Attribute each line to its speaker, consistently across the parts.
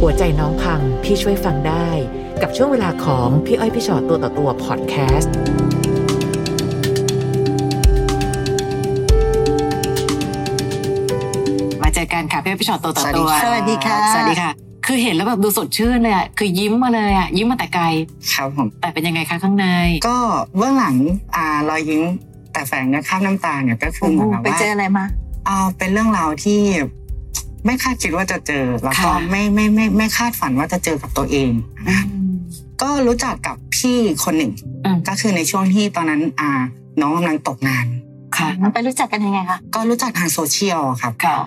Speaker 1: หัวใจน้องพังพี่ช่วยฟังได้ กับช่วงเวลาของพี่อ้อยพี่ชอตตัวต่อตัวพอดแคสต์มาเจอกันค่ะพี่อ้อยพี่ชอตตัวต่อตัว
Speaker 2: สวัสดีค่ะ
Speaker 1: สวัสดีค่ะ คือเห็นแล้วแบบดูสดชื่นเลยอะคือยิ้มมาเลยอะยิ้มมาแต่ไกล
Speaker 2: ครับผม
Speaker 1: แต่เป็นยังไงคะข้างใน
Speaker 2: ก็เบื้องหลังอ่ารอยยิ้มแต่แฝงด้วยข้ามน้ำตาเนี่ยก็คือเหมือนกับ
Speaker 3: ไป
Speaker 2: ว่า
Speaker 3: เจออะไรมา
Speaker 2: อ่าเป็นเรื่องราวที่ ไม่คาดคิดว่าจะเจอแล้วก็
Speaker 1: ค่ะ
Speaker 2: ไม่ไม่ไม่ไม่คาดฝันว่าจะเจอกับตัวเอง ก็รู้จักกับพี่คนหนึ่ง
Speaker 1: อืม
Speaker 2: ก็คือในช่วงที่ตอนนั้นอ่าน้องกำลังตกงาน
Speaker 1: ค่ะ
Speaker 3: ไปรู้จักกันยังไงคะ
Speaker 2: ก็รู้จักทางโซเชียลอะครับ
Speaker 1: ค่ะ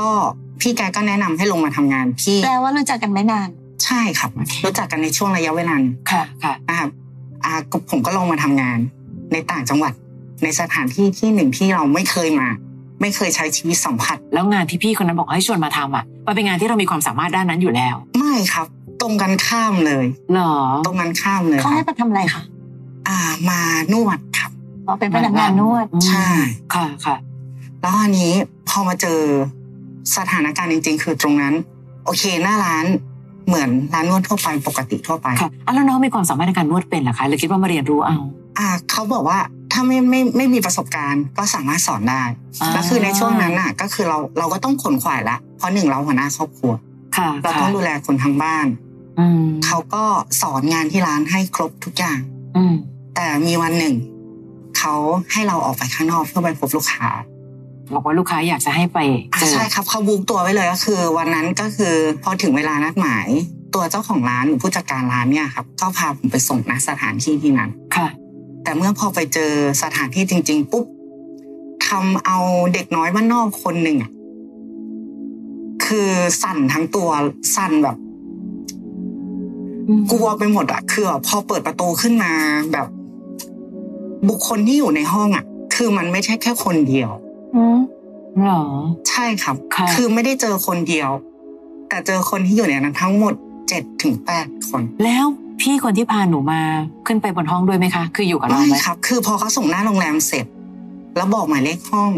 Speaker 2: ก็พี่แกก็แนะนำให้ลงมาทำงานพี่
Speaker 3: แปลว่ารู้จักกันไม่นาน
Speaker 2: ใช่ครับ รู้จักกันในช่วงระยะเวลาหนึ่ง
Speaker 1: ค่ะค่ะ
Speaker 2: นะครับอ่าก็ผมก็ลงมาทำงานในต่างจังหวัด ในสถานที่ที่หนึ่งที่เราไม่เคยมา ไม่เคยใช้ชีวิตสัมผัส
Speaker 1: แล้วงานที่พี่คนนั้นบอกให้ชวนมาทำอ่ะมันเป็นงานที่เรามีความสามารถด้านนั้นอยู่แล้ว
Speaker 2: ไม่ครับ ตรงกันข้ามเลย
Speaker 1: หรอ
Speaker 2: ตรงกันข้ามเลยค
Speaker 3: เขา
Speaker 2: รั
Speaker 3: ให้
Speaker 2: บ
Speaker 3: ไปทำอะไรคะ
Speaker 2: อ่ามานวดครับ
Speaker 3: อ๋อเป็นพนักงานนวด
Speaker 1: อืม
Speaker 2: ใช่
Speaker 1: ค่ะค่ะ
Speaker 2: แล้วอันนี้พอมาเจอสถานการณ์จริง ๆ คือตรงนั้น โอเคหน้าร้านเหมือนร้านนวดทั่วไปปกติทั่วไป
Speaker 1: ค่ะอ่ะแล้วน้องมีความสามารถในการนวดเป็นเหรอคะหรือคิดว่ามาเรียนรู้เอา
Speaker 2: อ่าเขาบอกว่าถ้าไม่ไม่ไม่มีประสบการณ์ก็สามารถสอนได้
Speaker 1: อ่า
Speaker 2: แล้วคือในช่วงนั้นน่ะ ก็คือเราเราก็ต้องขนขวายละเพราะหนึ่งเราหัวหน้าครอบครัว
Speaker 1: ค่ะ
Speaker 2: เราต้องดูแลคนทั้งบ้าน
Speaker 1: อืม
Speaker 2: เขาก็สอนงานที่ร้านให้ครบทุกอย่าง
Speaker 1: อืม
Speaker 2: แต่มีวันหนึ่ง เขาให้เราออกไปข้างนอกเพื่อไปพบลูกค้า
Speaker 1: บอกว่าลูกค้าอยากจะให้ไป
Speaker 2: อ่ะ
Speaker 1: เจอ
Speaker 2: ใช่ครับเขาบุ๊กตัวไว้เลยก็คือ วันนั้นก็คือพอถึงเวลานัดหมาย ตัวเจ้าของร้านหรือผู้จัดการร้านเนี่ยครับก็พาผมไปส่งณสถานที่ที่นั้น
Speaker 1: ค่ะ
Speaker 2: แต่เมื่อพอไปเจอสถานที่จริง ๆ ปุ๊บทำเอาเด็กน้อยบ้านนอกคนหนึ่งอะคือสั่นทั้งตัวสั่นแบบ กลัวไปหมดอะคือพอเปิดประตูขึ้นมาแบบ บุคคลที่อยู่ในห้องอะคือมันไม่ใช่แค่คนเดียว
Speaker 3: อืม
Speaker 1: หรอ
Speaker 2: ใช่ครับ
Speaker 1: ค่ะ
Speaker 2: อไม่ได้เจอคนเดียว แต่เจอคนที่อยู่ในนั้นทั้งหมดเจ็ดถึงแปดคน
Speaker 1: แล้วพี่คนที่พาหนูมาขึ้นไปบนห้องด้วยไหมคะ คืออยู่กับเรา
Speaker 2: ไม่
Speaker 1: ไหม
Speaker 2: ครับ คือพอเขาส่งหน้าโรงแรมเสร็จ แล้วบอกหมายเลขห้อง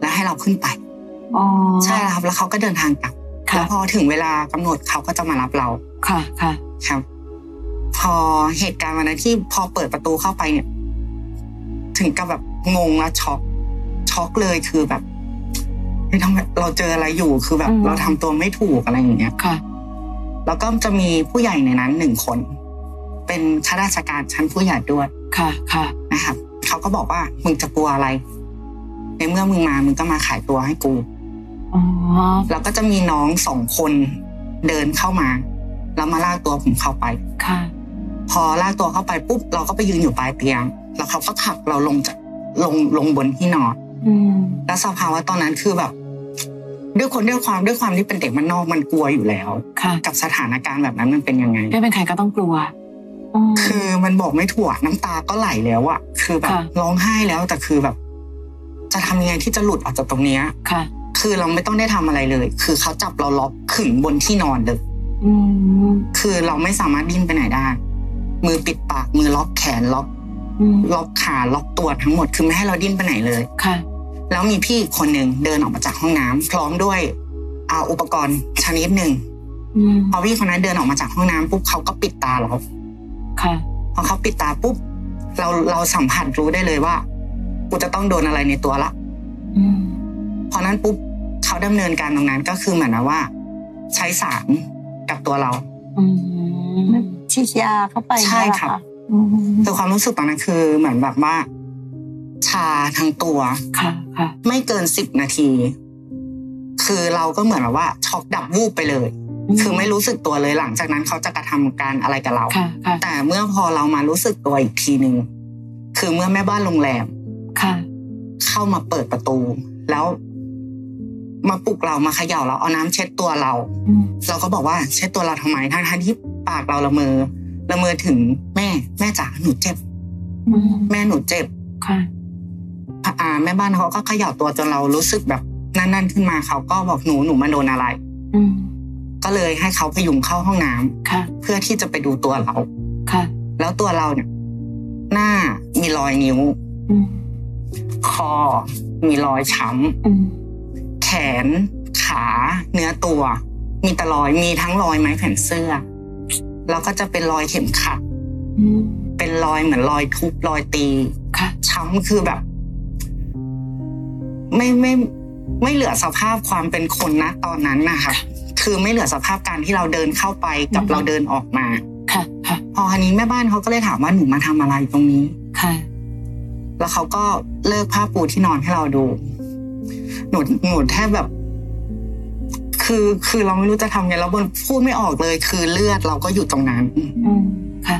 Speaker 2: แล้วให้เราขึ้นไป
Speaker 1: อ๋อ
Speaker 2: ใช่ครับ แล้วเขาก็เดินทางกลับแล้
Speaker 1: ค่ะ
Speaker 2: วพอถึงเวลากำหนดเขาก็จะมารับเรา
Speaker 1: ค่ะค่ะ
Speaker 2: ครับ พอเหตุการณ์วันนั้นที่พอเปิดประตูเข้าไปเนี่ย ถึงกับแบบงงและช็อกช็อกเลยคือแบบเฮ้ยทำไมเราเจออะไรอยู่คือแบบ
Speaker 1: อืม
Speaker 2: เราทำตัวไม่ถูกอะไรอย่างเงี้ย
Speaker 1: ค่ะ
Speaker 2: แล้วก็จะมีผู้ใหญ่ในนั้นหนึ่งคน เป็นข้าราชการชั้นผู้ใหญ่ด้วย
Speaker 1: ค่ะค่ะ
Speaker 2: นะครับเขาก็บอกว่ามึงจะกลัวอะไร ในเมื่อมึงมามึงก็มาขายตัวให้กู
Speaker 1: อ๋อ
Speaker 2: แล้วก็จะมีน้องสองคนเดินเข้ามาแล้วมาลากตัวผมเข้าไป
Speaker 1: ค่ะ
Speaker 2: พอลากตัวเข้าไปปุ๊บเราก็ไปยืนอยู่ปลายเตียง แล้วเขาก็ผลักเราลงจากลงลงบนที่นอน
Speaker 3: อืม
Speaker 2: แล้วสภาวะตอนนั้นคือแบบ ด้วยคนด้วยความด้วยความที่เป็นเด็กมันนอกมันกลัวอยู่แล้ว
Speaker 1: ค่ะ
Speaker 2: กับสถานการณ์แบบนั้นมันเป็นยังไง
Speaker 1: ไม่เป็นใครก็ต้องกลัวอืม
Speaker 2: คือมันบอกไม่ถูกอะน้ำตาก็ไหลแล้วอะคือแบบ
Speaker 1: ค่ะ
Speaker 2: ร้องไห้แล้วแต่คือแบบ จะทำยังไงที่จะหลุดออกจากตรงเนี้ย
Speaker 1: ค่ะ
Speaker 2: คือเราไม่ต้องได้ทำอะไรเลย คือเขาจับเราล็อกขึงบนที่นอนเลย
Speaker 1: อืม
Speaker 2: คือเราไม่สามารถดิ้นไปไหนได้ มือปิดปากมือล็อกแขนล็อก
Speaker 1: อืม
Speaker 2: ล็อกขาล็อกตัวทั้งหมดคือไม่ให้เราดิ้นไปไหนเลย
Speaker 1: ค่ะ
Speaker 2: แล้วมีพี่อีกคนหนึ่งเดินออกมาจากห้องน้ำพร้อมด้วยอาอุปกรณ์ชนิดหนึ่ง
Speaker 1: อืม
Speaker 2: พอพี่คนนั้นเดินออกมาจากห้องน้ำปุ๊บเขาก็ปิดตาเรา
Speaker 1: ค่ะ
Speaker 2: พอเขาปิดตาปุ๊บเราเราสัมผัสรู้ได้เลยว่ากูจะต้องโดนอะไรในตัวละ
Speaker 1: อืม
Speaker 2: พอนั้นปุ๊บเขาดำเนินการตรงนั้นก็คือเหมือนนะว่า ใช้สารกับตัวเรา
Speaker 1: อืม
Speaker 3: ฉีดยาเข้าไป
Speaker 2: ใช่
Speaker 3: เนี่ยเหอ
Speaker 2: ครับ
Speaker 3: อืม
Speaker 2: แต่ความรู้สึกตอนนั้นคือเหมือนแบบว่า ชาทั้งตัว
Speaker 1: ค่ะค่ะ
Speaker 2: ไม่เกินสิบนาที คือเราก็เหมือนแบบว่าช็อกดับวูบไปเลย คือไม่รู้สึกตัวเลยหลังจากนั้นเขาจะกระทำการอะไรกับเรา
Speaker 1: ค่ะ ค่ะ
Speaker 2: แต่เมื่อพอเรามารู้สึกตัวอีกทีหนึ่งคือเมื่อแม่บ้านโรงแรม
Speaker 1: ค่ะ
Speaker 2: เข้ามาเปิดประตู แล้วมาปลุกเรามาเขย่าเราเอาน้ำเช็ดตัวเรา
Speaker 1: อืม
Speaker 2: เราก็บอกว่าเช็ดตัวเราทำไมทั้งทที่ปากเราละเมอละเมอถึงแม่แม่จ๋าหนูเจ็บ
Speaker 3: อืม
Speaker 2: แม่หนูเจ็บ
Speaker 1: ค่ะ
Speaker 2: อ่าแม่บ้านเขาก็เขย่าตัวจนเรารู้สึกแบบนั่นๆขึ้นมาเขาก็บอกหนูหนูมาโดนอะไร
Speaker 1: อืม
Speaker 2: ก็เลยให้เขาพยุงเข้าห้องน้ำ
Speaker 1: ค่ะ
Speaker 2: เพื่อที่จะไปดูตัวเรา
Speaker 1: ค่ะ
Speaker 2: แล้วตัวเราเนี่ย หน้ามีรอยนิ้ว
Speaker 1: อืม
Speaker 2: คอ มีรอยช้
Speaker 1: อืม
Speaker 2: ำแขน ขา เนื้อตัว มีแต่รอยมีทั้งรอยไม้แผ่นเสื้อ แล้วก็จะเป็นรอยเข็มขัด
Speaker 3: อืม
Speaker 2: เป็นรอยเหมือนรอยทุบรอยตี
Speaker 4: ค่ะ
Speaker 2: ช้ำคือแบบ ไม่ไม่ไม่เหลือสภาพความเป็นคนนะตอนนั้นนะคะคือไม่เหลือสภาพการที่เราเดินเข้าไปกับ
Speaker 4: อืม
Speaker 2: เราเดินออกมา
Speaker 4: ค่ะ ค่ะ
Speaker 2: พอคันนี้แม่บ้านเขาก็เลยถามว่าหนูมาทำอะไรตรงนี้
Speaker 4: ค่ะ
Speaker 2: แล้วเขาก็เลิกผ้าปูที่นอนให้เราดู หนูหนูแทบแบบ คือคือเราไม่รู้จะทำไงแล้วบนพูดไม่ออกเลย คือเลือดเราก็อยู่ตรงนั้น
Speaker 3: อืม
Speaker 4: ค่ะ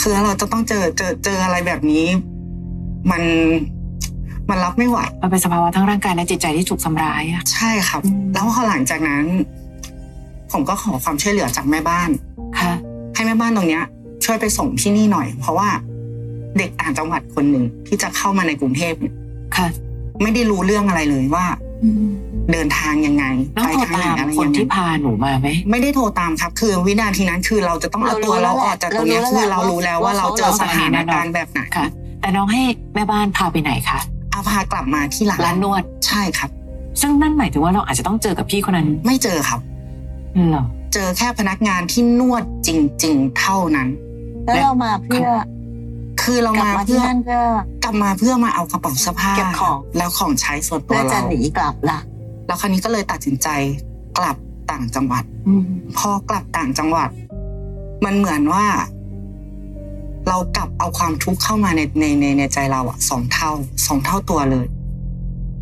Speaker 2: คือเราจะต้องเจอเจอเจออะไรแบบนี้ มันมันรับไม่ไหว
Speaker 4: มันเป็นสภาวะทั้งร่างกายและจิตใจที่ถูกทำร้ายอะ
Speaker 2: ใช่ครับ
Speaker 4: อืม
Speaker 2: แล้วพอหลังจากนั้น ผมก็ขอความช่วยเหลือจากแม่บ้าน
Speaker 4: ค่ะ
Speaker 2: ให้แม่บ้านตรงเนี้ย ช่วยไปส่งที่นี่หน่อย เพราะว่าเด็กต่างจังหวัดคนหนึ่งที่จะเข้ามาในกรุงเทพเนี่ย
Speaker 4: ค่ะ
Speaker 2: ไม่ได้รู้เรื่องอะไรเลยว่า เดินทางยังไง
Speaker 4: น้อง
Speaker 2: ไป
Speaker 4: โทร
Speaker 2: ทา
Speaker 4: ตา
Speaker 2: งไห
Speaker 4: ม
Speaker 2: นอะไร
Speaker 4: คน
Speaker 2: ยังไง
Speaker 4: ที่พาหนูมาไหม
Speaker 2: ไม่ได้โทรตามครับ คือวินาทีนั้นคือเราจะต้องเอาตัวเราออกจากตรงเนี้ยคือเรารู้แล้วว่าเราเจอสถานการณ์แบบไหน
Speaker 4: ค่ะ แต่น้องให้แม่บ้านพาไปไหนคะ
Speaker 2: เอาพากลับมาที่ร้า
Speaker 4: ร้าน
Speaker 2: น
Speaker 4: นวด
Speaker 2: ใช่ครับ
Speaker 4: ซึ่งนั่นหมายถึงว่าเราอาจจะต้องเจอกับพี่คนนั้น
Speaker 2: ไม่เจอครับ
Speaker 4: เหรอ
Speaker 2: เจอแค่พนักงานที่นวดจริง ๆ เท่านั้น
Speaker 3: แล้วเรามาเพื่อ
Speaker 2: คือเรา
Speaker 3: กลับ
Speaker 2: มา
Speaker 3: มาที่
Speaker 2: เพื่อ
Speaker 3: นั่นเพื่อ
Speaker 2: กลับมาเพื่อมาเอากระเป๋าเสื้อผ้า
Speaker 3: เก็บของ
Speaker 2: แล้วของใช้ส่วนตัว
Speaker 3: เพื่อจะ
Speaker 2: เรา
Speaker 3: หนีกลับล่ะ
Speaker 2: แล้วคราวนี้ก็เลยตัดสินใจกลับต่างจังหวัด
Speaker 4: อืม
Speaker 2: พอกลับต่างจังหวัด มันเหมือนว่า เรากลับเอาความทุกข์เข้ามาในในในในใจเราอะสองเท่าสองเท่าตัวเลย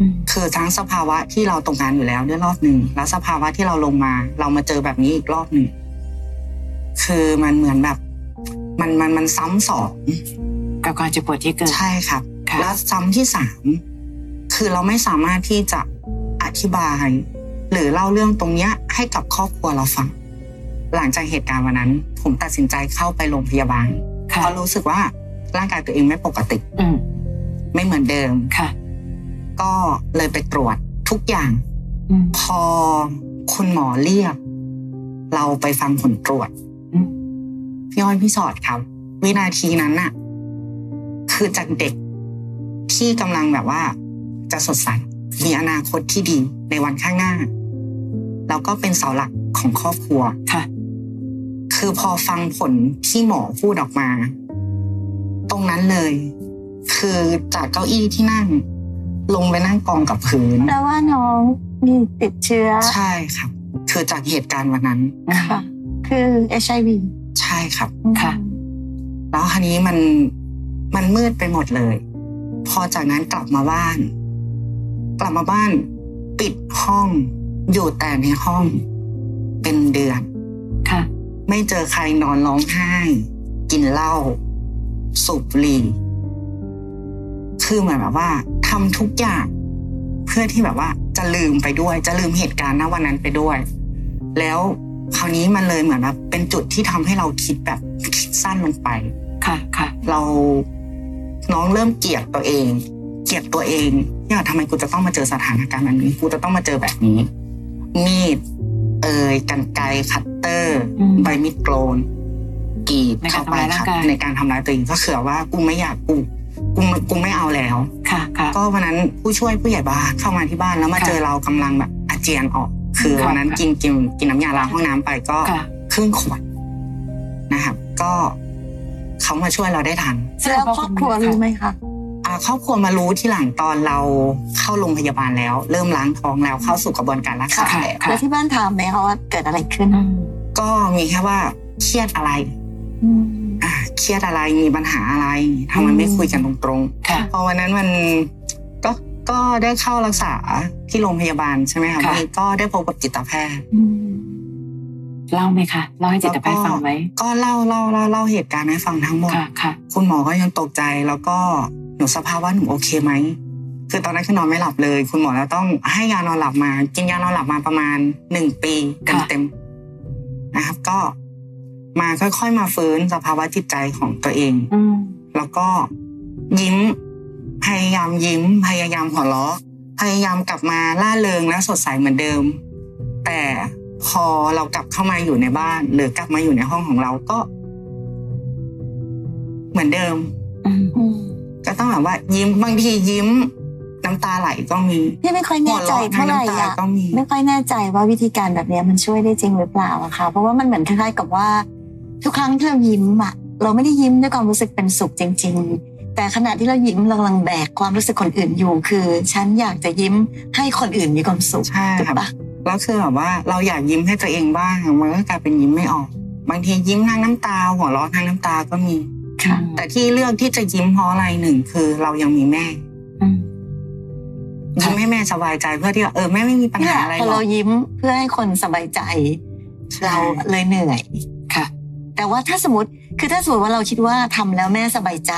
Speaker 4: อืม
Speaker 2: คือทั้งสภาวะที่เราตกงานอยู่แล้วด้วยรอบหนึ่งแล้วสภาวะที่เราลงมา เรามาเจอแบบนี้อีกรอบหนึ่งคือมันเหมือนแบบ มันมันมันซ้ำสอง
Speaker 4: กับการเจ็บปวดที่เกิด
Speaker 2: ใช่ครับ
Speaker 4: ค่ะ
Speaker 2: และซ้ำที่สามคือเราไม่สามารถที่จะอธิบาย หรือเล่าเรื่องตรงเนี้ยให้กับครอบครัวเราฟัง หลังจากเหตุการณ์วันนั้น ผมตัดสินใจเข้าไปโรงพยาบาลเพ
Speaker 4: ค่ะ
Speaker 2: ราะรู้สึกว่าร่างกายตัวเองไม่ปกติ
Speaker 4: อืม
Speaker 2: ไม่เหมือนเดิม
Speaker 4: ค่ะ
Speaker 2: ก็เลยไปตรวจทุกอย่าง
Speaker 4: อืม
Speaker 2: พอคุณหมอเรียก เราไปฟังผลตรวจ
Speaker 4: อืม
Speaker 2: พี่อ้อยพี่สอดครับ วินาทีนั้นน่ะ คือจากเด็กที่กำลังแบบว่า จะสดใสมีอนาคตที่ดีในวันข้างหน้า แล้วก็เป็นเสาหลักของครอบครัว
Speaker 4: ค่ะ
Speaker 2: คือพอฟังผลที่หมอพูดออกมา ตรงนั้นเลย คือจากเก้าอี้ที่นั่ง ลงไปนั่งกองกับพื้น
Speaker 3: แปลว่าน้องมีติดเชื้อ
Speaker 2: ใช่ครับ คือจากเหตุการณ์วันนั้น
Speaker 3: ค่ะ คือเอชไอวี
Speaker 2: ใช่ครับ
Speaker 4: ค่ะ
Speaker 2: แล้วคราวนี้มันมันมืดไปหมดเลย พอจากนั้นกลับมาบ้าน กลับมาบ้าน ปิดห้อง อยู่แต่ในห้อง เป็นเดือน
Speaker 4: ค่ะ
Speaker 2: ไม่เจอใครนอนร้องไห้ กินเหล้าสูบบุหรี่คือเหมือนแบบว่าทำทุกอย่าง เพื่อที่แบบว่า จะลืมไปด้วย จะลืมเหตุการณ์ณวันนั้นไปด้วย แล้วคราวนี้มันเลยเหมือนแบบเป็นจุดที่ทำให้เราคิดแบบคิดสั้นลงไป
Speaker 4: ค่ะ ค่ะ
Speaker 2: เราน้องเริ่มเกลียดตัวเอง เกลียดตัวเองเนี่ยทำไมกูจะต้องมาเจอสถานการณ์แบบนี้กูจะต้องมาเจอแบบนี้ มีดเอ่ยกันไกรคัตเตอร์
Speaker 4: อืม
Speaker 2: ใบมีดโกนกรีด
Speaker 4: ในการ
Speaker 2: เข้าไป
Speaker 4: ทำร้ายร่าง
Speaker 2: ครับ
Speaker 4: กาย
Speaker 2: ในการทำร้ายตัวเองก็คือว่ากูไม่อยากกูกูไม่กูไม่เอาแล้ว
Speaker 4: ค่ะ ค่ะ
Speaker 2: ก็วันนั้นผู้ช่วยผู้ใหญ่บ้านเข้ามาที่บ้านแล้วมา
Speaker 4: ค่ะ
Speaker 2: เจอเรากำลังแบบอาเจียนออก คือ
Speaker 4: ค่ะ
Speaker 2: วันนั้น
Speaker 4: ค่ะ
Speaker 2: กินกินกินน้ำยาล้างห้องน้ำไปก็
Speaker 4: ค่ะ
Speaker 2: ครึ่งขวดนะครับ ก็เขามาช่วยเราได้ทัน
Speaker 3: แล้วครอบครัวรู้ไหมคะ
Speaker 2: อ่าครอบครัวมารู้ที่หลังตอนเราเข้าโรงพยาบาลแล้ว เริ่มล้างท้องแล้วเข้าสู่กระบวนการรักษา
Speaker 4: ค่ะ
Speaker 2: แล้ว
Speaker 3: แล้วที่บ้านถามไหมคะว่าเกิดอะไรขึ้น
Speaker 4: อืม
Speaker 2: ก็มีแค่ว่าเครียดอะไร
Speaker 3: อืม
Speaker 2: อ่าเครียดอะไรมีปัญหาอะไรทำไมไม่คุยกันตรง
Speaker 4: ค่ะ
Speaker 2: ๆพอวันนั้นมันก็ก็ได้เข้ารักษาที่โรงพยาบาลใช่ไหมคะ
Speaker 4: ค่ะ
Speaker 2: วันนี้ก็ได้พบกับจิตแพทย์
Speaker 3: อืม
Speaker 4: เล่าไหมคะ เล่าให้จิตแพทย์ฟังไหม
Speaker 2: ก็เล่าเล่าเล่าเล่าเหตุการณ์ให้ฟังทั้งหมด
Speaker 4: ค่ะ ค่ะ
Speaker 2: คุณหมอก็ยังตกใจแล้วก็หนูสภาพว่าหนูโอเคไหมคือตอนนั้นคือนอนไม่หลับเลย คุณหมอแล้วต้องให้ยานอนหลับมา กินยานอนหลับมาประมาณหนึ่งปี
Speaker 4: ค่ะ
Speaker 2: เต็มๆนะครับ ก็มาค่อยๆมาฟื้นสภาวะจิตใจของตัวเอง
Speaker 4: อืม
Speaker 2: แล้วก็ยิ้ม พยายามยิ้ม พยายามหัวเราะพยายามกลับมาล่าเริงและสดใสเหมือนเดิม แต่พอเรากลับเข้ามาอยู่ในบ้าน หรือกลับมาอยู่ในห้องของเราก็ เหมือนเดิม
Speaker 4: อืม
Speaker 3: อืม
Speaker 2: ก็ต้องแบบว่ายิ้มบางทียิ้ม น้ำ น้ำตาไหลก็มี
Speaker 3: พี่ไม่ค่อย
Speaker 2: หั
Speaker 3: แน่
Speaker 2: ว
Speaker 3: ใจ
Speaker 2: เราะทั้
Speaker 3: เท่างไหร่
Speaker 2: น้ำตา
Speaker 3: อะ
Speaker 2: ก็มี
Speaker 3: ไม่ค่อยแน่ใจว่าวิธีการแบบเนี้ยมันช่วยได้จริงหรือเปล่าอะค่ะ เพราะว่ามันเหมือนคล้ายๆกับว่า ทุกครั้งที่เรายิ้มอะเราไม่ได้ยิ้มด้วยความรู้สึกเป็นสุขจริง ๆ แต่ขณะที่เรายิ้มเรากำลังแบกความรู้สึกคนอื่นอยู่ คือฉันอยากจะยิ้มให้คนอื่นมีความสุข
Speaker 2: ใช่
Speaker 3: ถูก
Speaker 2: ครับ
Speaker 3: ปะ
Speaker 2: แล้วคือแบบว่าเราอยากยิ้มให้ตัวเองบ้างมันก็กลายเป็นยิ้มไม่ออก บางทียิ้มทั้งน้ำตาหัวเราะทั้งน้ำตาก็มี
Speaker 3: ค่ะ
Speaker 2: แต่ที่เลือกที่จะยิ้มเพราะอะไรหนึ่งคือเรายังมีแม่
Speaker 4: อืม
Speaker 2: ยิ้มให้แม่สบายใจเพื่อที่ว่าเออแม่ไม่มีปัญ
Speaker 3: เนี่ย
Speaker 2: หาอะไร
Speaker 3: พอ
Speaker 2: หรอ
Speaker 3: เรา
Speaker 2: ก
Speaker 3: ยิ้มเพื่อให้คนสบายใจ เรา
Speaker 2: เรา
Speaker 3: เลยเหนื่อย
Speaker 4: ค่ะ
Speaker 3: แต่ว่าถ้าสมมติคือถ้าสมมติว่าเราคิดว่าทำแล้วแม่สบายใจ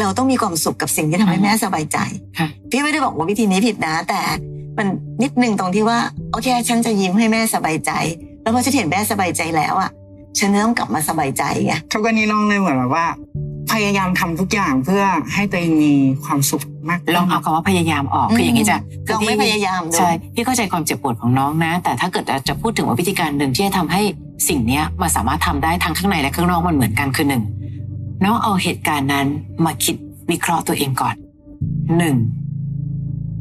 Speaker 3: เราต้องมีความสุขกับสิ่งที่ทำให้
Speaker 4: อ่า
Speaker 3: แม่สบายใจ
Speaker 4: ค่ะ
Speaker 3: พี่ไม่ได้บอกว่าวิธีนี้ผิดนะ แต่มันนิดนึงตรงที่ว่าโอเค ฉันจะยิ้มให้แม่สบายใจ แล้วพอฉันเห็นแม่สบายใจแล้วอ่ะฉันต้องกลับมาสบายใจไง
Speaker 2: ทุกวันนี้น้องเลยเหมือนแบบว่า พยายามทำทุกอย่างเพื่อให้ตัวเองมีความสุขมากขึ้น
Speaker 4: ลองเอาคำว่าพยายามออกคืออย่างนี้จ้ะคื
Speaker 3: ลองไม่
Speaker 4: พี่
Speaker 3: พยายามดู
Speaker 4: ใช่พี่เข้าใจความเจ็บปวดของน้องนะ แต่ถ้าเกิดจะพูดถึงว่าวิธีการหนึ่งที่จะทำให้สิ่งเนี้ยมาสามารถทำได้ทั้งข้างในและข้างนอกมันเหมือนกันคือหนึ่งน้องเอาเหตุการณ์นั้นมาคิดวิเคราะห์ตัวเองก่อนหนึ่ง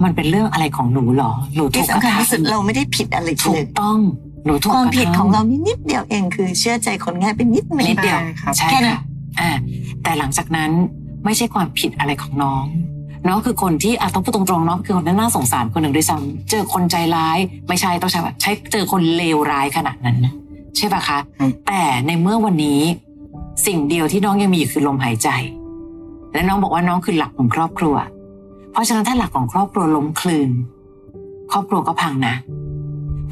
Speaker 4: มันเป็นเรื่องอะไรของหนูหรอหนูถู
Speaker 3: ที่
Speaker 4: กก
Speaker 3: สำ
Speaker 4: ระ
Speaker 3: คัญ
Speaker 4: ทำ
Speaker 3: ที่สุดเราไม่ได้ผิดอะไร
Speaker 4: ถู
Speaker 3: เล
Speaker 4: ก
Speaker 3: ย
Speaker 4: ต้องหนูถูก
Speaker 3: ความผิด
Speaker 4: กระทำ
Speaker 3: ของเรานี่นิดเดียวเองคือเชื่อใจคนง่ายเป็นนิดหนึ่ง
Speaker 4: นิดเดียว
Speaker 2: ใช่ครับ
Speaker 4: ใช่
Speaker 3: แค่นั้
Speaker 4: ค่ะ
Speaker 3: น
Speaker 4: อ่าแต่หลังจากนั้นไม่ใช่ความผิดอะไรของน้อง น้องคือคนที่อาต้องพูดตรงๆน้องคือคนที่น่าสงสารคนหนึ่งด้วยซ้ำเจอคนใจร้ายไม่ใช่ต้องใช้แบบใช้เจอคนเลวร้ายขนาดนั้นนะใช่ปะคะ
Speaker 2: อืม
Speaker 4: แต่ในเมื่อวันนี้ สิ่งเดียวที่น้องยังมีอยู่คือลมหายใจ และน้องบอกว่าน้องคือหลักของครอบครัว เพราะฉะนั้นถ้าหลักของครอบครัวล้มคลืน ครอบครัวก็พังนะ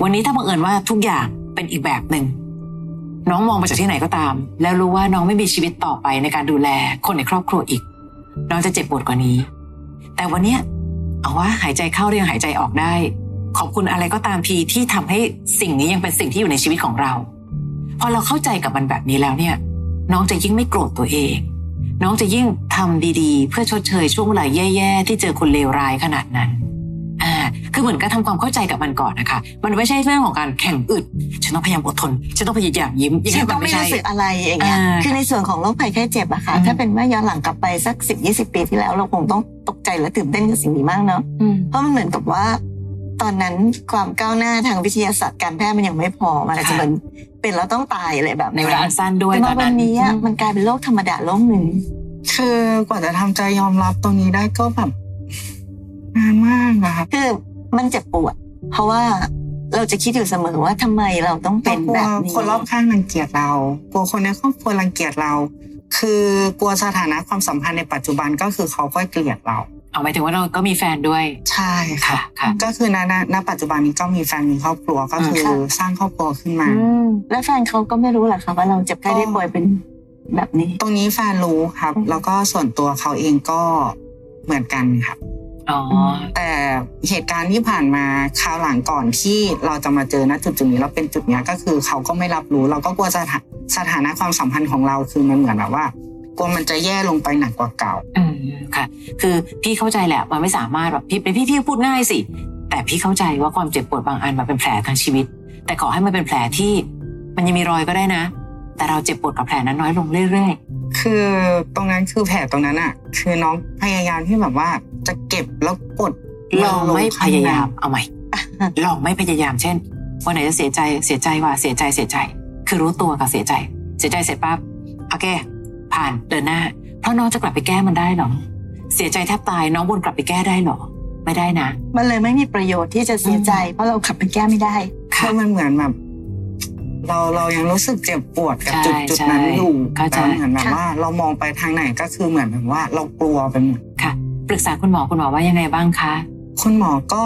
Speaker 4: วันนี้ถ้าบังเอิญว่าทุกอย่างเป็นอีกแบบหนึ่งน้องมองไปจากที่ไหนก็ตาม แล้วรู้ว่าน้องไม่มีชีวิตต่อไปในการดูแลคนในครอบครัวอีก น้องจะเจ็บปวดกว่านี้ แต่วันเนี้ยเอาว่าหายใจเข้าเรียงหายใจออกได้ ขอบคุณอะไรก็ตามทีที่ทำให้สิ่งนี้ยังเป็นสิ่งที่อยู่ในชีวิตของเรา พอเราเข้าใจกับมันแบบนี้แล้วเนี่ย น้องจะยิ่งไม่โกรธตัวเอง น้องจะยิ่งทำดีๆ เพื่อชดเชยช่วงเวลาแย่ๆ ที่เจอคนเลวร้ายขนาดนั้น อ่า คือเหมือนกับทำความเข้าใจกับมันก่อนนะคะ มันไม่ใช่เรื่องของการแข่งอึด ฉันต้องพยายามอดทน ฉันต้องพยายามยิ้มอย่าง
Speaker 3: ฉั
Speaker 4: นี้
Speaker 3: น
Speaker 4: มั
Speaker 3: ต้อน ง
Speaker 4: ไม่
Speaker 3: ไม่
Speaker 4: ใช่
Speaker 3: รู้สึกอะไรอย่างเงี้ย
Speaker 4: อ่า
Speaker 3: คือในส่วนของโรคภัยไข้เจ็บอะค่ะ
Speaker 4: อืม
Speaker 3: ถ้าเป็นว่าย้อนหลังกลับไปสักสิบยี่สิบปีที่แล้วเราคงต้องตกใจและตื่นเต้นกับสิ่งนี้มากเนาะ
Speaker 4: อืม
Speaker 3: เพราะมันเหมือนกับว่า ตอนนั้นความก้าวหน้าทางวิทยาศาสตร์การแพทย์มันยังไม่พอ มันอาจจะ
Speaker 4: ค่ะ
Speaker 3: เหมือนเป็นแล้วต้องตายอะไรแบบ
Speaker 4: ในเวลาอันสั้นด้วยต
Speaker 3: แต่มา
Speaker 4: อน
Speaker 3: วั
Speaker 4: นั้น น
Speaker 3: นี้อะมันกลายเป็นโรคธรรมดาโรคหนึ่ง
Speaker 2: คือกว่าจะทำใจยอมรับตรงนี้ได้ก็แบบนานมากอะครับ
Speaker 3: คือมันเจ็บปวด เพราะว่าเราจะคิดอยู่เสมอว่าทำไมเราต้องเป็น
Speaker 2: กลั
Speaker 3: แบ
Speaker 2: ว
Speaker 3: บนี้
Speaker 2: คนรอบข้างรังเกียจเรากลัวคนในครอบครัวรังเกียจเรา คือกลัวสถานะความสัมพันธ์ในปัจจุบันก็คือเขาก็เกลียดเรา
Speaker 4: เอาหมายถึงว่าเราก็มีแฟนด้วย
Speaker 2: ใช่ค่ะ
Speaker 4: ค่ะ ค่ะ
Speaker 2: ก็คือณณณปัจจุบันนี้ก็มีแฟนมีครอบครัวก็คือสร้างครอบครัวขึ้นมา
Speaker 3: อืมและแฟนเขาก็ไม่รู้หรอคะว่าเราเจ็บไข้ได้ป่วยเป็นแบบนี้
Speaker 2: ตรงนี้แฟนรู้ครับ แล้วก็ส่วนตัวเขาเองก็เหมือนกันครับ
Speaker 4: อ๋อ
Speaker 2: แต่เหตุการณ์ที่ผ่านมาคราวหลังก่อนที่เราจะมาเจอณจุดจุดๆนี้เราเป็นจุดเนี้ยก็คือเขาก็ไม่รับรู้ เราก็กลัวสถาสถานะความสัมพันธ์ของเราคือมันเหมือนแบบว่ากลัวมันจะแย่ลงไปหนักกว่าเก่า
Speaker 4: อืมค่ะ คือพี่เข้าใจแหละมันไม่สามารถแบบพี่เป็นพี่พี่พูดง่ายสิ แต่พี่เข้าใจว่าความเจ็บปวดบางอันมันเป็นแผลทางชีวิต แต่ขอให้มันเป็นแผลที่ มันยังมีรอยก็ได้นะ แต่เราเจ็บปวดกับแผลนั้นน้อยลงเรื่อย
Speaker 2: คือตรงนั้นคือแผลตรงนั้นอ่ะ คือน้องพยายามที่แบบว่าจะเก็บแล้วกด
Speaker 4: ๆ ลองไม่พยายามเอาใหม่
Speaker 3: อ่ะ
Speaker 4: ลองไม่พยายามเช่นวันไหนจะเสียใจเสียใจว่ะเสียใจเสียใจ คือรู้ตัวกับเสียใจ เสียใจเสร็จปั๊บโอเค ผ่านเดินหน้า เพราะน้องจะกลับไปแก้มันได้เหรอเสียใจแทบตายน้องวนกลับไปแก้ได้เหรอ ไม่ได้นะ
Speaker 3: มันเลยไม่มีประโยชน์ที่จะเสียใจ เพราะเราขับไปแก้ไม่ได้
Speaker 4: ค่ะ
Speaker 2: คือมันเหมือนแบบ เราเรายังรู้สึกเจ็บปวดกับจุด
Speaker 4: ใช่
Speaker 2: จุดนั้นอยู่
Speaker 4: เข้าใจ
Speaker 2: แต่เหมือนแบบ
Speaker 3: ค่ะ
Speaker 2: ว่า เรามองไปทางไหนก็คือเหมือนแบบว่า เรากลัวไปหมด
Speaker 4: ค่ะ ปรึกษาคุณหมอคุณหมอว่ายังไงบ้างคะ
Speaker 2: คุณหมอก็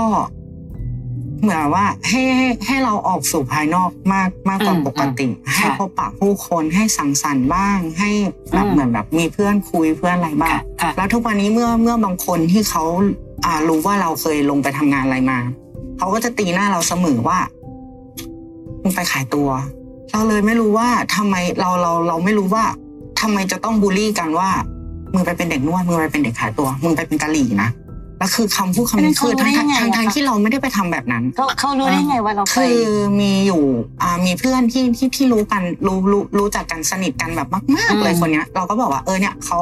Speaker 2: เหมือนว่า ให้ให้ให้เราออกสู่ภายนอกมากมากกว่า
Speaker 4: อืม
Speaker 2: ปกติ
Speaker 4: ค่ะ
Speaker 2: ให้พบปะผู้คนให้สังสรรค์บ้าง ให้แบบ
Speaker 4: อืม
Speaker 2: เหมือนแบบมีเพื่อนคุยเพื่อนอะไรบ้าง
Speaker 4: ค่ะค่ะ
Speaker 2: แล้วทุกวันนี้เมื่อเมื่อบางคนที่เขาอ่ารู้ว่าเราเคยลงไปทำงานอะไรมา เขาก็จะตีหน้าเราเสมอว่ามึงไปขายตัว เราเลยไม่รู้ว่าทำไมเราเราเราไม่รู้ว่าทำไมจะต้องบูลลี่กันว่ามึงไปเป็นเด็กนวดมึงไปเป็นเด็กขายตัวมึงไปเป็นกะหรี่นะแล้วคือคำพูดคำนี้คือทั้งทั้งทั้งทั้งที่เราไม่ได้ไปทำแบบนั้น
Speaker 3: เขาเขารู้ได้ไงว่าเราไป
Speaker 2: คือมีอยู่อ่ามีเพื่อนที่ที่ที่รู้กันรู้รู้รู้จักกันสนิทกันแบบมาก
Speaker 4: อื
Speaker 2: ๆ
Speaker 4: ม
Speaker 2: เลยคนเนี้ย เราก็บอกว่าเออเนี่ยเขา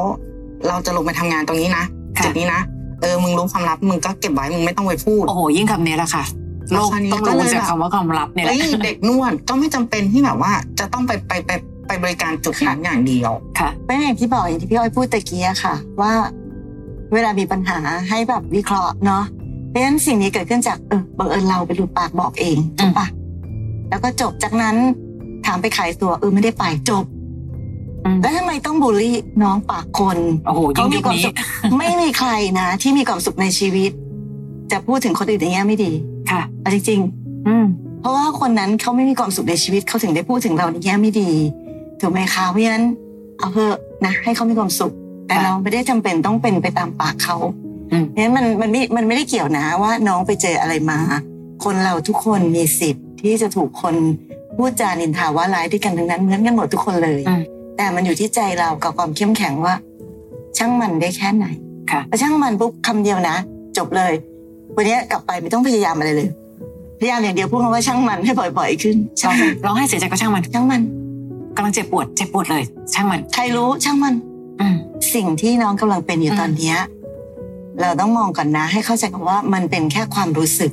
Speaker 2: เราจะลงไปทำงานตรงนี้นะ
Speaker 4: ค่ะ
Speaker 2: จุดนี้นะ เออมึงรู้ความลับมึงก็เก็บไว้มึงไม่ต้องไปพูด
Speaker 4: โอ้โหยิ่งคำนี้แหละค่ะโลก
Speaker 2: คราวนี้
Speaker 4: ต้อง
Speaker 2: ก็เล
Speaker 4: รู้
Speaker 2: ย
Speaker 4: จาก
Speaker 2: แบบ
Speaker 4: คำว่าความลับเนี่ยแห
Speaker 2: เฮ้
Speaker 4: ละ
Speaker 2: ยเด็กนวดก็ไม่จำเป็นที่แบบว่า จะต้องไปไปไปไปบริการจุดนั้นอย่างเดียว
Speaker 4: ค่ะ
Speaker 3: ไม่อย่างที่บอกอย่างที่พี่อ้อยพูดตะกี้อะค่ะ ว่าเวลามีปัญหาให้แบบวิเคราะห์เนาะเพราะฉะนั้นสิ่งนี้เกิดขึ้นจากเออบังเอิญเราไปหลุดปากบอกเองถูกปะแล้วก็จบจากนั้นถามไปขายตัวเออไม่ได้ไปจบ
Speaker 4: อืม
Speaker 3: แล้วทำไมต้องบูลลี่น้องปากคน
Speaker 4: โอ้โหยิ่
Speaker 3: เขา
Speaker 4: ง
Speaker 3: มี
Speaker 4: ยุค
Speaker 3: ความ
Speaker 4: นี้
Speaker 3: สุข ไม่มีใครนะ ที่มีความสุขในชีวิต จะพูดถึงคนอื่นอย่างเงี้ยไม่ดี
Speaker 4: ค่ะ
Speaker 3: เอาจริง
Speaker 4: อืม
Speaker 3: ๆ เพราะว่าคนนั้นเขาไม่มีความสุขในชีวิตเขาถึงได้พูดถึงเราในแง่ไม่ดีถูกไหมคะเพราะฉะนั้นเอาเถอะนะให้เขามีความสุข แต่
Speaker 4: ค่ะ
Speaker 3: เราไม่ได้จำเป็นต้องเป็นไปตามปากเขา
Speaker 4: อืม
Speaker 3: เพราะฉะนั้นมันมันไม่มันไม่ได้เกี่ยวนะว่าน้องไปเจออะไรมา คนเราทุกคนมีสิทธิ์ที่จะถูกคนพูดจานินทาว่าร้ายด้วยกันทั้งนั้นเหมือนกันหมดทุกคนเลย
Speaker 4: อืม
Speaker 3: แต่มันอยู่ที่ใจเรากับความเข้มแข็งว่า ช่างมันได้แค่ไหน
Speaker 4: ค่ะ
Speaker 3: พอช่างมันปุ๊บคำเดียวนะ จบเลย วันนี้กลับไปไม่ต้องพยายามอะไรเลย พยายามอย่างเดียวพูดคำว่าช่างมันให้บ่อยๆขึ้น ช่างมัน
Speaker 4: ร้องไห้เสียใจก็ช่างมัน
Speaker 3: ช่างมัน
Speaker 4: กำลังเจ็บปวด เจ็บปวดเลย ช่างมัน
Speaker 3: ใครรู้ช่างมัน
Speaker 4: อืม
Speaker 3: สิ่งที่น้องกำลังเป็นอยู่
Speaker 4: อืม
Speaker 3: ตอนเนี้ยเราต้องมองก่อนนะ ให้เข้าใจคำว่ามันเป็นแค่ความรู้สึก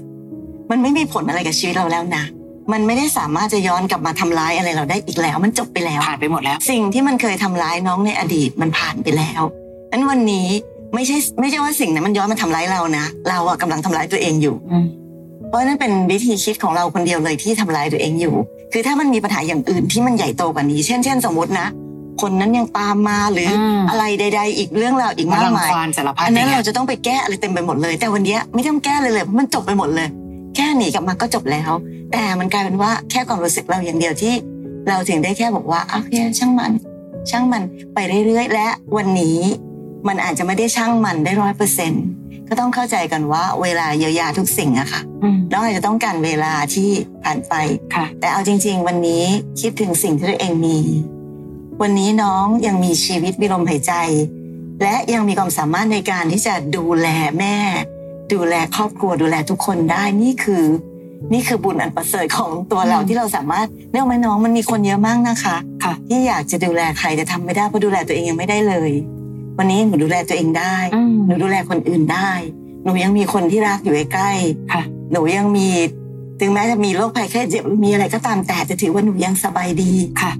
Speaker 3: มันไม่มีผลอะไรกับชีวิตเราแล้วนะ มันไม่ได้สามารถจะย้อนกลับมาทำร้ายอะไรเราได้อีกแล้ว มันจบไปแล้ว
Speaker 4: ผ่านไปหมดแล้ว
Speaker 3: สิ่งที่มันเคยทำร้ายน้องในอดีตมันผ่านไปแล้วนั้นวันนี้ไม่ใช่ไม่ใช่ว่าสิ่งนั้นมันย้อนมาทำร้ายเรานะ เราอะกำลังทำร้ายตัวเองอยู่
Speaker 4: อืม
Speaker 3: เพราะนั่นเป็นวิธีคิดของเราคนเดียวเลยที่ทำร้ายตัวเองอยู่ คือถ้ามันมีปัญหาอย่างอื่นที่มันใหญ่โตกว่านี้ เช่น เช่นสมมตินะ คนนั้นยังตามมาหรืออ
Speaker 4: ม
Speaker 3: อะไรใด ๆ อีกเรื่องราวอี
Speaker 4: มาม
Speaker 3: กาก
Speaker 4: ลัง
Speaker 3: มาย
Speaker 4: ควานสารพัด
Speaker 3: อันนั้น
Speaker 4: ย่ง
Speaker 3: เรา
Speaker 4: งี้ย
Speaker 3: จะต้องไปแก้อะไรเต็มไปหมดเลย แต่วันเนี้ยไม่ต้องแก้เลยเลยเพราะมันจบไปหมดเลย แค่หนีกลับมาก็จบแล้ว แต่มันกลายเป็นว่าแค่ความรู้สึกเราอย่างเดียวที่ เราถึงได้แค่บอกว่าโอเคช่างมัน ช่างมันไปเรื่อยๆ และวันนี้ มันอาจจะไม่ได้ช่างมันได้ร้อยเปอร์เซ็นต์ก็ต้องเข้าใจกันว่าเวลาเยียวยาทุกสิ่งอะค่ะ
Speaker 4: อืม
Speaker 3: น้องอาจจะต้องการเวลาที่ผ่านไป
Speaker 4: ค่ะ
Speaker 3: แต่เอาจริง ๆ วันนี้คิดถึงสิ่งที่ตัวเองมี วันนี้น้องยังมีชีวิตมีลมหายใจ และยังมีความสามารถในการที่จะดูแลแม่ ดูแลครอบครัวดูแลทุกคนได้นี่คือ นี่คือบุญอันประเสริฐของตัวเรา
Speaker 4: อืม
Speaker 3: ที่เราสามารถเรื่องไหมน้องมันมีคนเยอะมากนะคะ
Speaker 4: ค่ะ
Speaker 3: ที่อยากจะดูแลใครแต่ทำไม่ได้เพราะดูแลตัวเองยังไม่ได้เลย วันนี้หนูดูแลตัวเองได้
Speaker 4: อืม
Speaker 3: หนูดูแลคนอื่นได้ หนูยังมีคนที่รักอยู่ใกล้ๆ
Speaker 4: ค่ะ
Speaker 3: หนูยังมี ถึงแม้จะมีโรคภัยแค่เจ็บหรือมีอะไรก็ตามแต่จะถือว่าหนูยังสบายดี
Speaker 4: ค่ะ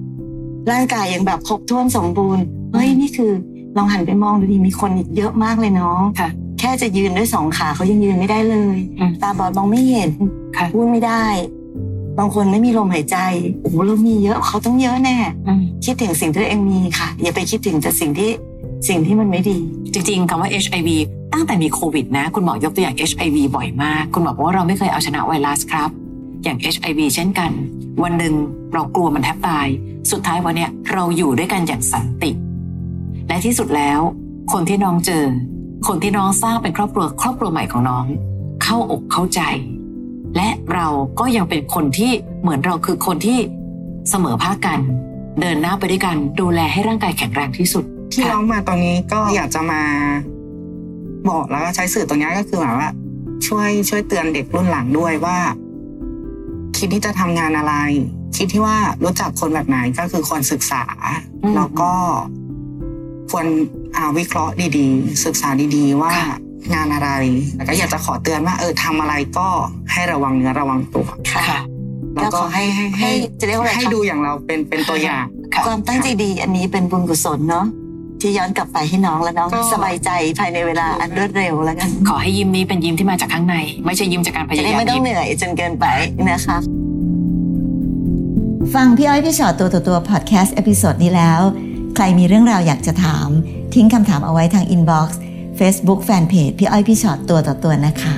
Speaker 3: ร่างกายยังแบบครบถ้วนสมบูรณ์ เฮ้ยนี่คือลองหันไปมองดูดีมีคนอีกเยอะมากเลยน้อง
Speaker 4: ค่ะ
Speaker 3: แค่จะยืนด้วยสองขาเขายังยืนไม่ได้เลย
Speaker 4: อืม
Speaker 3: ตาบอดมองไม่เห็น
Speaker 4: ค่ะ
Speaker 3: พูดไม่ได้ บางคนไม่มีลมหายใจ โอ้โหเรามีเยอะเขาต้องเยอะแน่
Speaker 4: อืม
Speaker 3: คิดถึงสิ่งที่ตัวเองมีค่ะ อย่าไปคิดถึงแต่สิ่งที่สิ่งที่มันไม่ดี
Speaker 4: จริงๆคำว่า HIV ตั้งแต่มีโควิดนะ คุณหมอยกตัวอย่าง HIV บ่อยมาก คุณหมอบอกว่าเราไม่เคยเอาชนะไวรัสครับ อย่าง HIV เช่นกัน วันหนึ่งเรากลัวมันแทบตาย สุดท้ายวันเนี้ยเราอยู่ด้วยกันอย่างสันติ และที่สุดแล้ว คนที่น้องเจอ คนที่น้องสร้างเป็นครอบครัวครอบครัวใหม่ของน้อง เข้าอกเข้าใจ และเราก็ยังเป็นคนที่เหมือนเราคือคนที่เสมอภาคกัน เดินหน้าไปด้วยกันดูแลให้ร่างกายแข็งแรงที่สุด
Speaker 2: ที่
Speaker 4: ค่ะ
Speaker 2: ร้องมาตอนนี้ก็อยากจะมาบอกแล้วก็ใช้สื่อตรงนี้ก็คือแบบว่า ช่วยช่วยเตือนเด็กรุ่นหลังด้วยว่า คิดที่จะทำงานอะไร คิดที่ว่ารู้จักคนแบบไหนก็คือควรศึกษา
Speaker 4: อืม
Speaker 2: แล้วก็ควรอ่าวิเคราะห์ดีๆ ศึกษาดีๆ ว่า
Speaker 4: ค่ะ
Speaker 2: งานอะไรแล้วก็อยากจะขอเตือนว่า เออทำอะไรก็ให้ระวังเนื้อระวังตัว
Speaker 4: ค่ะ
Speaker 2: แล้วก็ให้ให้ให้
Speaker 3: ให้จะเรียกว่าอะไร
Speaker 2: ให้
Speaker 3: คะ
Speaker 2: ดูอย่างเราเป็นเป็นตัวอย่าง
Speaker 4: ค่ะ
Speaker 3: ความตั้งใจดีอันนี้เป็นบุญกุศลเนาะที่ย้อนกลับไปให้น้องและน้อง
Speaker 2: ก็
Speaker 3: สบายใจภายในเวลาอันรวดเร็วแล้วกัน
Speaker 4: ขอให้ยิ้มนี้เป็นยิ้มที่มาจากข้างใน ไม่ใช่ยิ้มจากการพยา
Speaker 3: จะได้
Speaker 4: ยาม
Speaker 3: ไม่ต้อง
Speaker 4: ยิ้ม
Speaker 3: เหนื่อยจนเกินไปนะคะ
Speaker 5: ฟังพี่อ้อยพี่ชอตตัวต่อตัวพอดแคสต์เอพิโซดนี้แล้ว ใครมีเรื่องราวอยากจะถาม ทิ้งคำถามเอาไว้ทางอินบ็อกซ์เฟซบุ๊กแฟนเพจพี่อ้อยพี่ชอตตัวต่อตัวนะคะ